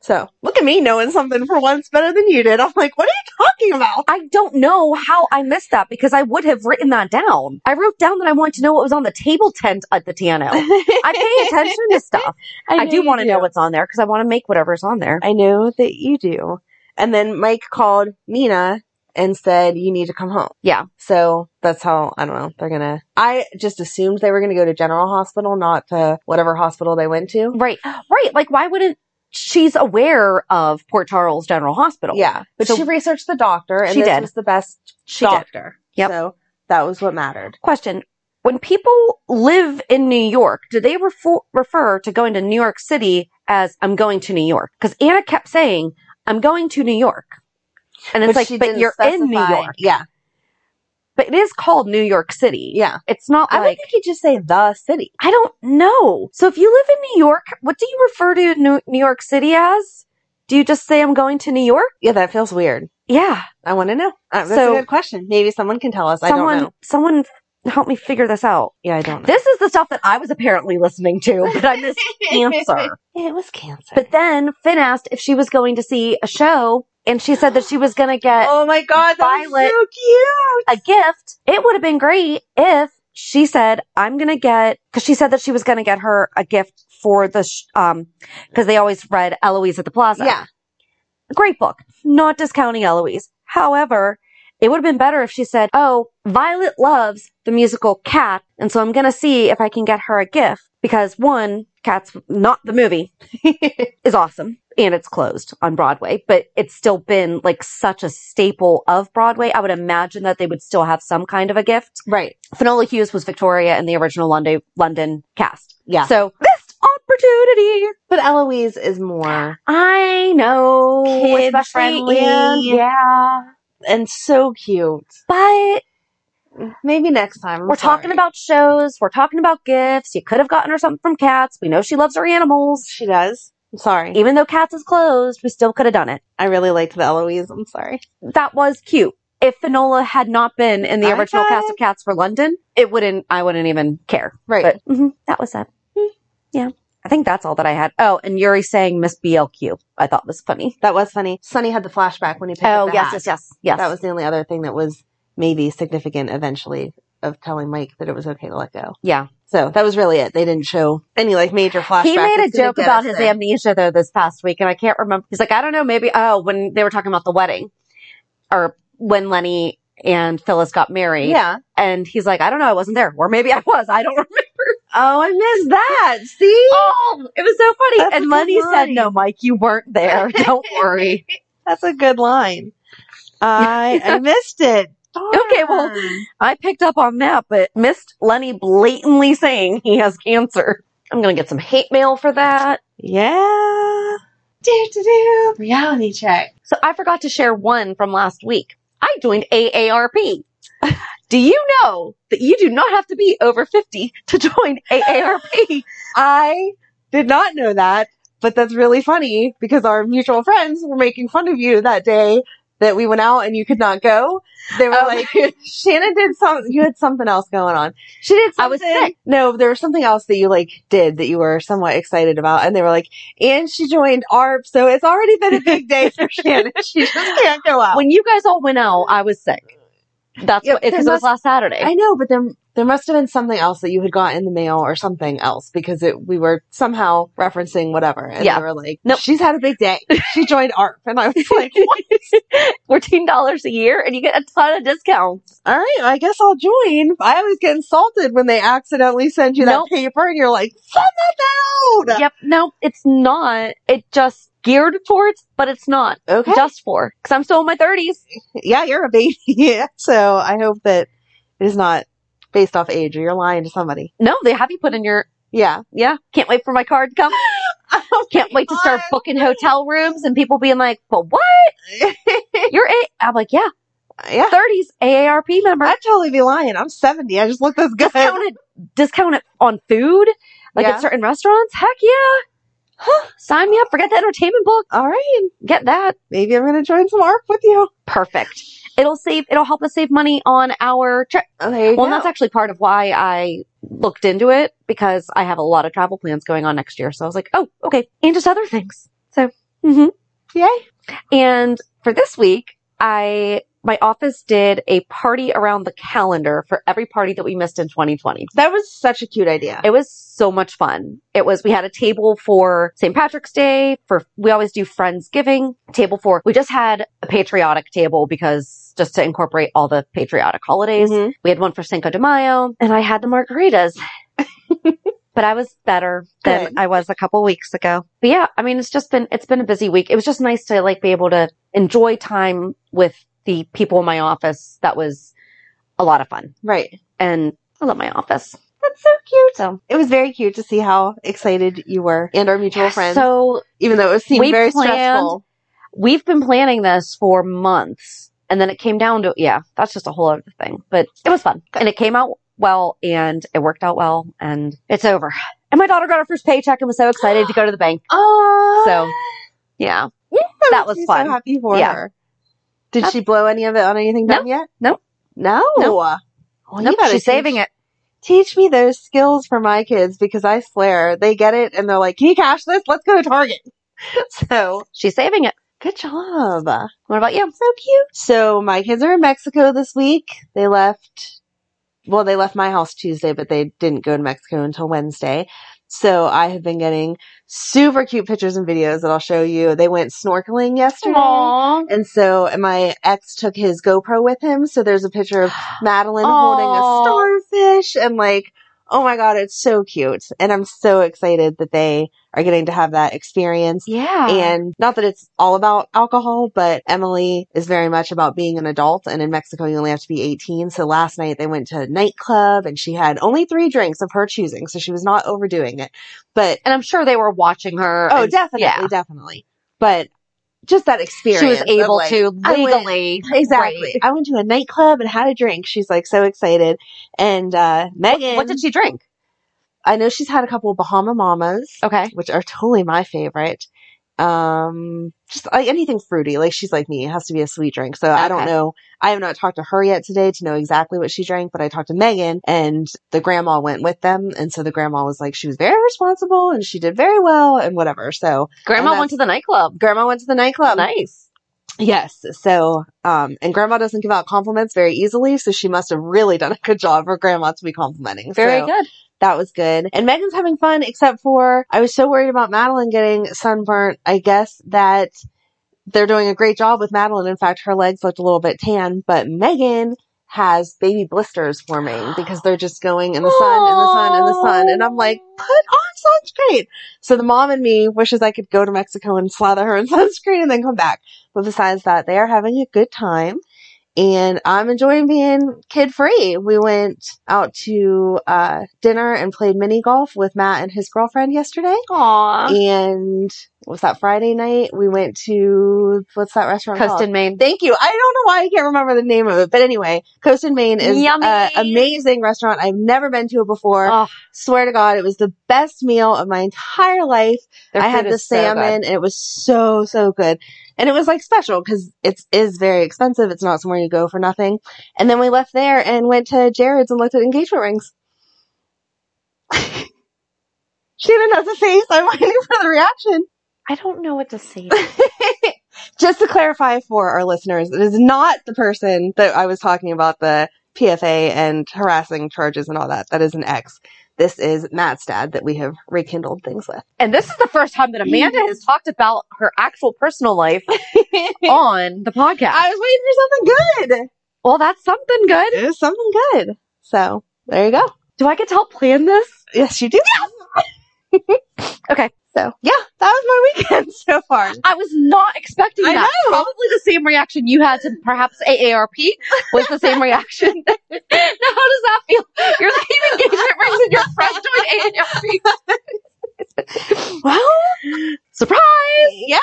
So look at me knowing something for once better than you did. I'm like, what are you talking about?
I don't know how I missed that because I would have written that down. I wrote down that I wanted to know what was on the table tent at the piano. I pay attention to stuff. I,
know
do
you
want to know what's on there because I want to make whatever's on there.
I know that you do. And then Mike called Nina and said, you need to come home.
Yeah.
So that's how, I don't know, they're gonna, I just assumed they were gonna go to general hospital, not to whatever hospital they went to.
Right. Right. Like, why wouldn't she's aware of Port Charles General Hospital?
Yeah. But
So-
she researched the doctor and
She
this
did.
was the best
She did.
doctor.
Yep.
So that was what mattered.
Question. When people live in New York, do they refer, refer to going to New York City as I'm going to New York? Because Anna kept saying, I'm going to New York. And it's
she
like, but
didn't
you're in New
specify-
York.
Yeah.
But it is called New York City.
Yeah.
It's not
I would
like,
think you just say the city.
I don't know. So if you live in New York, what do you refer to New, New York City as? Do you just say I'm going to New York?
Yeah, that feels weird.
Yeah.
I want to know. Uh, that's
So-
a good question. Maybe someone can tell us. I
someone
don't know.
someone f- help me figure this out
Yeah, I don't know.
this is the stuff that i was apparently listening to but i missed answer
it was cancer.
but then finn asked if she was going to see a show and she said that she was going to get
oh my god, that's
Violet-
so cute.
a gift it would have been great if she said i'm going to get because she said that she was going to get her a gift for the sh- um because they always read eloise at the plaza
Yeah.
great book, not discounting Eloise. However, it would have been better if she said, Oh, Violet loves the musical Cat, and so I'm going to see if I can get her a gift because one, Cat's not the movie is awesome and it's closed on Broadway, but it's still been like such a staple of Broadway. I would imagine that they would still have some kind of a gift.
Right.
Finola Hughes was Victoria in the original London, London cast.
Yeah.
So missed opportunity.
But Eloise is more
I know,
Kid
especially
friendly.
and- yeah,
and so cute.
but
Maybe next time. I'm
we're talking
sorry.
about shows. We're talking about gifts. You could have gotten her something from Cats. We know she loves her animals.
She does. I'm sorry.
Even though Cats is closed, we still could have done it.
I really liked the Eloise. I'm sorry.
That was cute. If Finola had not been in the
I
original
got
cast of
it.
Cats for London, it wouldn't. I wouldn't even care.
Right. Hmm.
But mhm, that was that. Yeah, I think that's all that I had. Oh, and Yuri saying Miss BLQ, I thought was funny.
that was funny. Sonny had the flashback when he picked up
Oh
the
yes,
hat.
yes, yes, yes.
That was the only other thing that was maybe significant eventually of telling Mike that it was okay to let go.
yeah.
So that was really it. They didn't show any like major flashback.
He made a
that's gonna
joke
get
about
us
his
there.
amnesia though this past week, and I can't remember. He's like, I don't know, maybe oh, when they were talking about the wedding, or when Lenny and Phyllis got married,
Yeah.
and he's like, I don't know, I wasn't there, or maybe I was, I don't remember.
Oh, I missed that. See?
Oh, it was so funny.
That's a
and
good
Lenny said,
line.
No, Mike, you weren't there. Don't worry.
That's a good line. I I missed it.
Okay, well-
Darn.
I picked up on that, but missed Lenny blatantly saying he has cancer. I'm gonna get some hate mail for that.
yeah. Do do do.
Reality check.
So I forgot to share one from last week. I joined AARP. Do you know that you do not have to be over 50 to join AARP?
I did not know that, but that's really funny because our mutual friends were making fun of you that day that we went out and you could not go. They were
Oh.
like, Shannon did some, you had something else going on. She did something.
I was sick.
No, there was something else that you like did that you were somewhat excited about. And they were like, and she joined ARP. So it's already been a big day for Shannon. She just can't go out.
When you guys all went out, I was sick. That's
Yeah,
what, because it was
there
last Saturday.
I know, but there there must have been something else that you had got in the mail or something else because it we were somehow referencing whatever, and
Yeah.
they were like,
Nope.
she's had a big day. She joined ARP," and I was like,
$14 a year and you get a ton of discounts.
"All right, I guess I'll join." I always get insulted when they accidentally send you that
Nope.
paper, and you're like, "Send that down."
Yep. No, it's not. It just geared towards, but it's not
Okay.
just for, cause I'm still in my thirties.
yeah, you're a baby. yeah. So I hope that it is not based off age, or you're lying to somebody.
No, they have you put in your
Yeah.
Yeah. Can't wait for my card to come. Can't wait to start booking hotel rooms and people being like, but what? You're a, I'm like, yeah,
yeah.
30s AARP member.
I'd totally be lying. I'm 70. I just look this good.
discounted discounted on food, like
Yeah.
at certain restaurants. Heck yeah! Huh, Sign me up. Forget the entertainment book.
All right.
Get that.
Maybe I'm going to join some ARC with you.
Perfect. It'll save. It'll help us save money on our trip.
Oh, there
Well,
you go.
and that's actually part of why I looked into it because I have a lot of travel plans going on next year. So I was like, oh, okay, and just other things. So, hmm
Yay.
and for this week, I my office did a party around the calendar for every party that we missed in 2020.
That was such a cute idea.
It was so much fun. It was, we had a table for St. Patrick's Day, for, we always do Friendsgiving, table for, we just had a patriotic table because just to incorporate all the patriotic holidays.
Mm-hmm.
Mhm.
We had one for Cinco de Mayo and I had the margaritas. But I was better than
Good.
I was a couple weeks ago. But yeah, I mean, it's just been, it's been a busy week. It was just nice to like be able to enjoy time with the people in my office. That was a lot of fun.
Right.
And I love my office.
That's so cute.
So
It was very cute to see how excited you were and our mutual friends,
So
even though it seemed
we
very
planned-
stressful.
we've been planning this for months and then it came down to yeah that's just a whole other thing but it was fun and it came out well and it worked out well and it's over and my daughter got her first paycheck and was so excited to go to the bank
Oh,
so yeah that was fun.
So happy for
Yeah.
her. Did
Yep.
she blow any of it on anything
No.
done yet?
No.
No.
No.
Well, you
nope,
better
she's
teach-
saving it
Teach me those skills for my kids because I swear they get it and they're like, "Can you cash this? Let's go to Target." so
she's saving it
good job.
what about you
so cute. So my kids are in Mexico this week. They left, well, they left my house Tuesday, but they didn't go to Mexico until Wednesday. So I have been getting super cute pictures and videos that I'll show you. They went snorkeling yesterday.
Aww.
And so and my ex took his GoPro with him. So there's a picture of Madeline holding
Aw.
a starfish and like, oh my God, it's so cute. And I'm so excited that they are getting to have that experience.
yeah
And not that it's all about alcohol, but Emily is very much about being an adult. And in Mexico, you only have to be 18. So last night they went to a nightclub and she had only three drinks of her choosing. So she was not overdoing it. But
and i'm sure they were watching her
oh,
and-
definitely,
yeah.
definitely. But just that experience.
she was
of,
able
like,
to
I went-
legally
Exactly.
Right.
I went to a nightclub and had a drink. She's like so excited. And uh, Megan,
what did she drink
I know she's had a couple of Bahama Mamas
okay
which are totally my favorite. Um, just like anything fruity, like she's like me, it has to be a sweet drink. So I don't
Okay.
know. I have not talked to her yet today to know exactly what she drank, but I talked to Megan and the grandma went with them. And so the grandma was like, she was very responsible and she did very well and whatever. So
grandma
that's-
went to the nightclub
grandma went to the nightclub.
nice
Yes. So, um, and grandma doesn't give out compliments very easily. So she must have really done a good job for grandma to be complimenting.
very
So-
good
that was good. And Megan's having fun, except for I was so worried about Madeline getting sunburnt. I guess that they're doing a great job with Madeline. In fact, her legs looked a little bit tan, but Megan has baby blisters forming because they're just going in the sun and the sun and the sun. And I'm like, put on sunscreen. So the mom and me wishes I could go to Mexico and slather her in sunscreen and then come back. But besides that, they are having a good time. And I'm enjoying being kid free. We went out to uh, dinner and played mini golf with Matt and his girlfriend yesterday.
Aww.
And what was that Friday night? We went to what's that restaurant
Coast
called?
in Maine.
Thank you. I don't know why I can't remember the name of it, but anyway, Coast in Maine is
Yummy.
an amazing restaurant. I've never been to it before.
Oh,
Swear to God, it was the best meal of my entire life.
their
I
food
had the
is so good.
salmon and it was so, so good. And it was like special because it is very expensive. It's not somewhere you go for nothing. And then we left there and went to Jared's and looked at engagement rings. she didn't have the face. I'm waiting for the reaction.
I don't know what to say. to that.
Just to clarify for our listeners, it is not the person that I was talking about the PFA and harassing charges and all that. That is an ex. This is Matt's dad that we have rekindled things with.
and this is the first time that Amanda has talked about her actual personal life on the podcast.
I was waiting for something
well, that's something good.
good. It was something good. So there you go.
Do I get to help plan this?
Yes, you do.
Okay.
So yeah, that was my weekend so far.
I was not expecting
I
that.
know.
Probably the same reaction you had to perhaps AARP was the same reaction. now, how does that feel? Your engagement rings and your friends doing AARP.
Well,
Surprise!
yeah.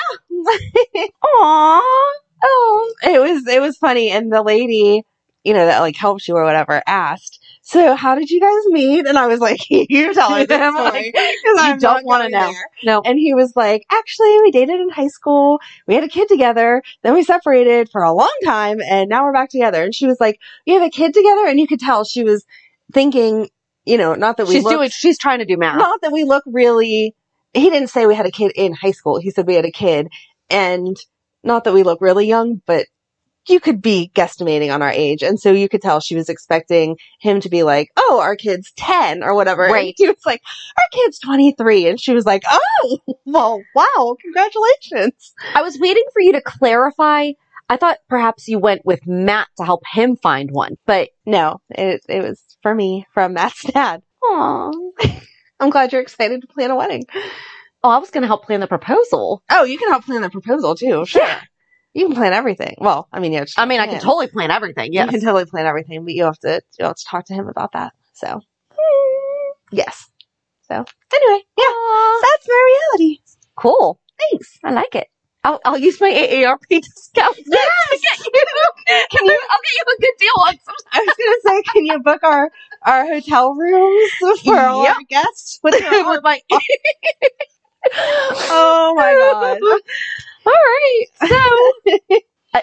Aww. Oh, it was it was funny, and the lady, you know, that like helps you or whatever, asked. So how did you guys meet? And I was like, you tell me this
I'm like,
story because I
don't wanna know. No.
And he was like, actually, we dated in high school. We had a kid together. Then we separated for a long time and now we're back together. And she was like, you have a kid together? And you could tell she was thinking, you know, not that we
She's
look,
doing, she's trying to do math.
not that we look really, he didn't say we had a kid in high school. He said we had a kid and not that we look really young, but you could be guesstimating on our age. And so you could tell she was expecting him to be like, Oh, our kid's 10 or whatever. And
Right.
he was like, our kid's 23. And she was like, Oh, well, wow. Congratulations.
I was waiting for you to clarify. I thought perhaps you went with Matt to help him find one, but
No, it, it was for me from Matt's dad. Aw. I'm glad you're excited to plan a wedding.
oh, I was going to help plan the proposal.
Oh, you can help plan the proposal too. Sure. You can plan everything. Well, I mean, you have to
I mean, I can
plan.
totally plan everything. Yes.
You can totally plan everything, but you have to you have to talk to him about that. So, yes. So anyway, yeah, that's my reality.
Cool. Thanks. I like it. I'll, I'll use my AARP discount. Yes! To get you, can you, I'll get you a good deal on some.
I was gonna say, can you book our our hotel rooms for all our guests? With
With my-
oh my god!
All right. So I- I-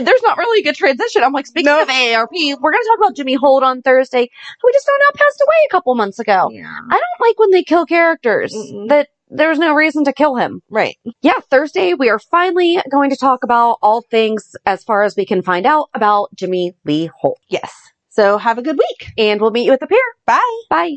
there's not really a good transition. I'm like, speaking of AARP, we're going to talk about Jimmy Holt on Thursday, who we just found out passed away a couple months ago.
Yeah.
I don't like when they kill characters
Mm-mm.
that there's no reason to kill him.
Right.
Yeah, Thursday we are finally going to talk about all things as far as we can find out about Jimmy Lee Holt.
Yes. So have a good week.
And we'll meet you at the pier.
Bye.
Bye.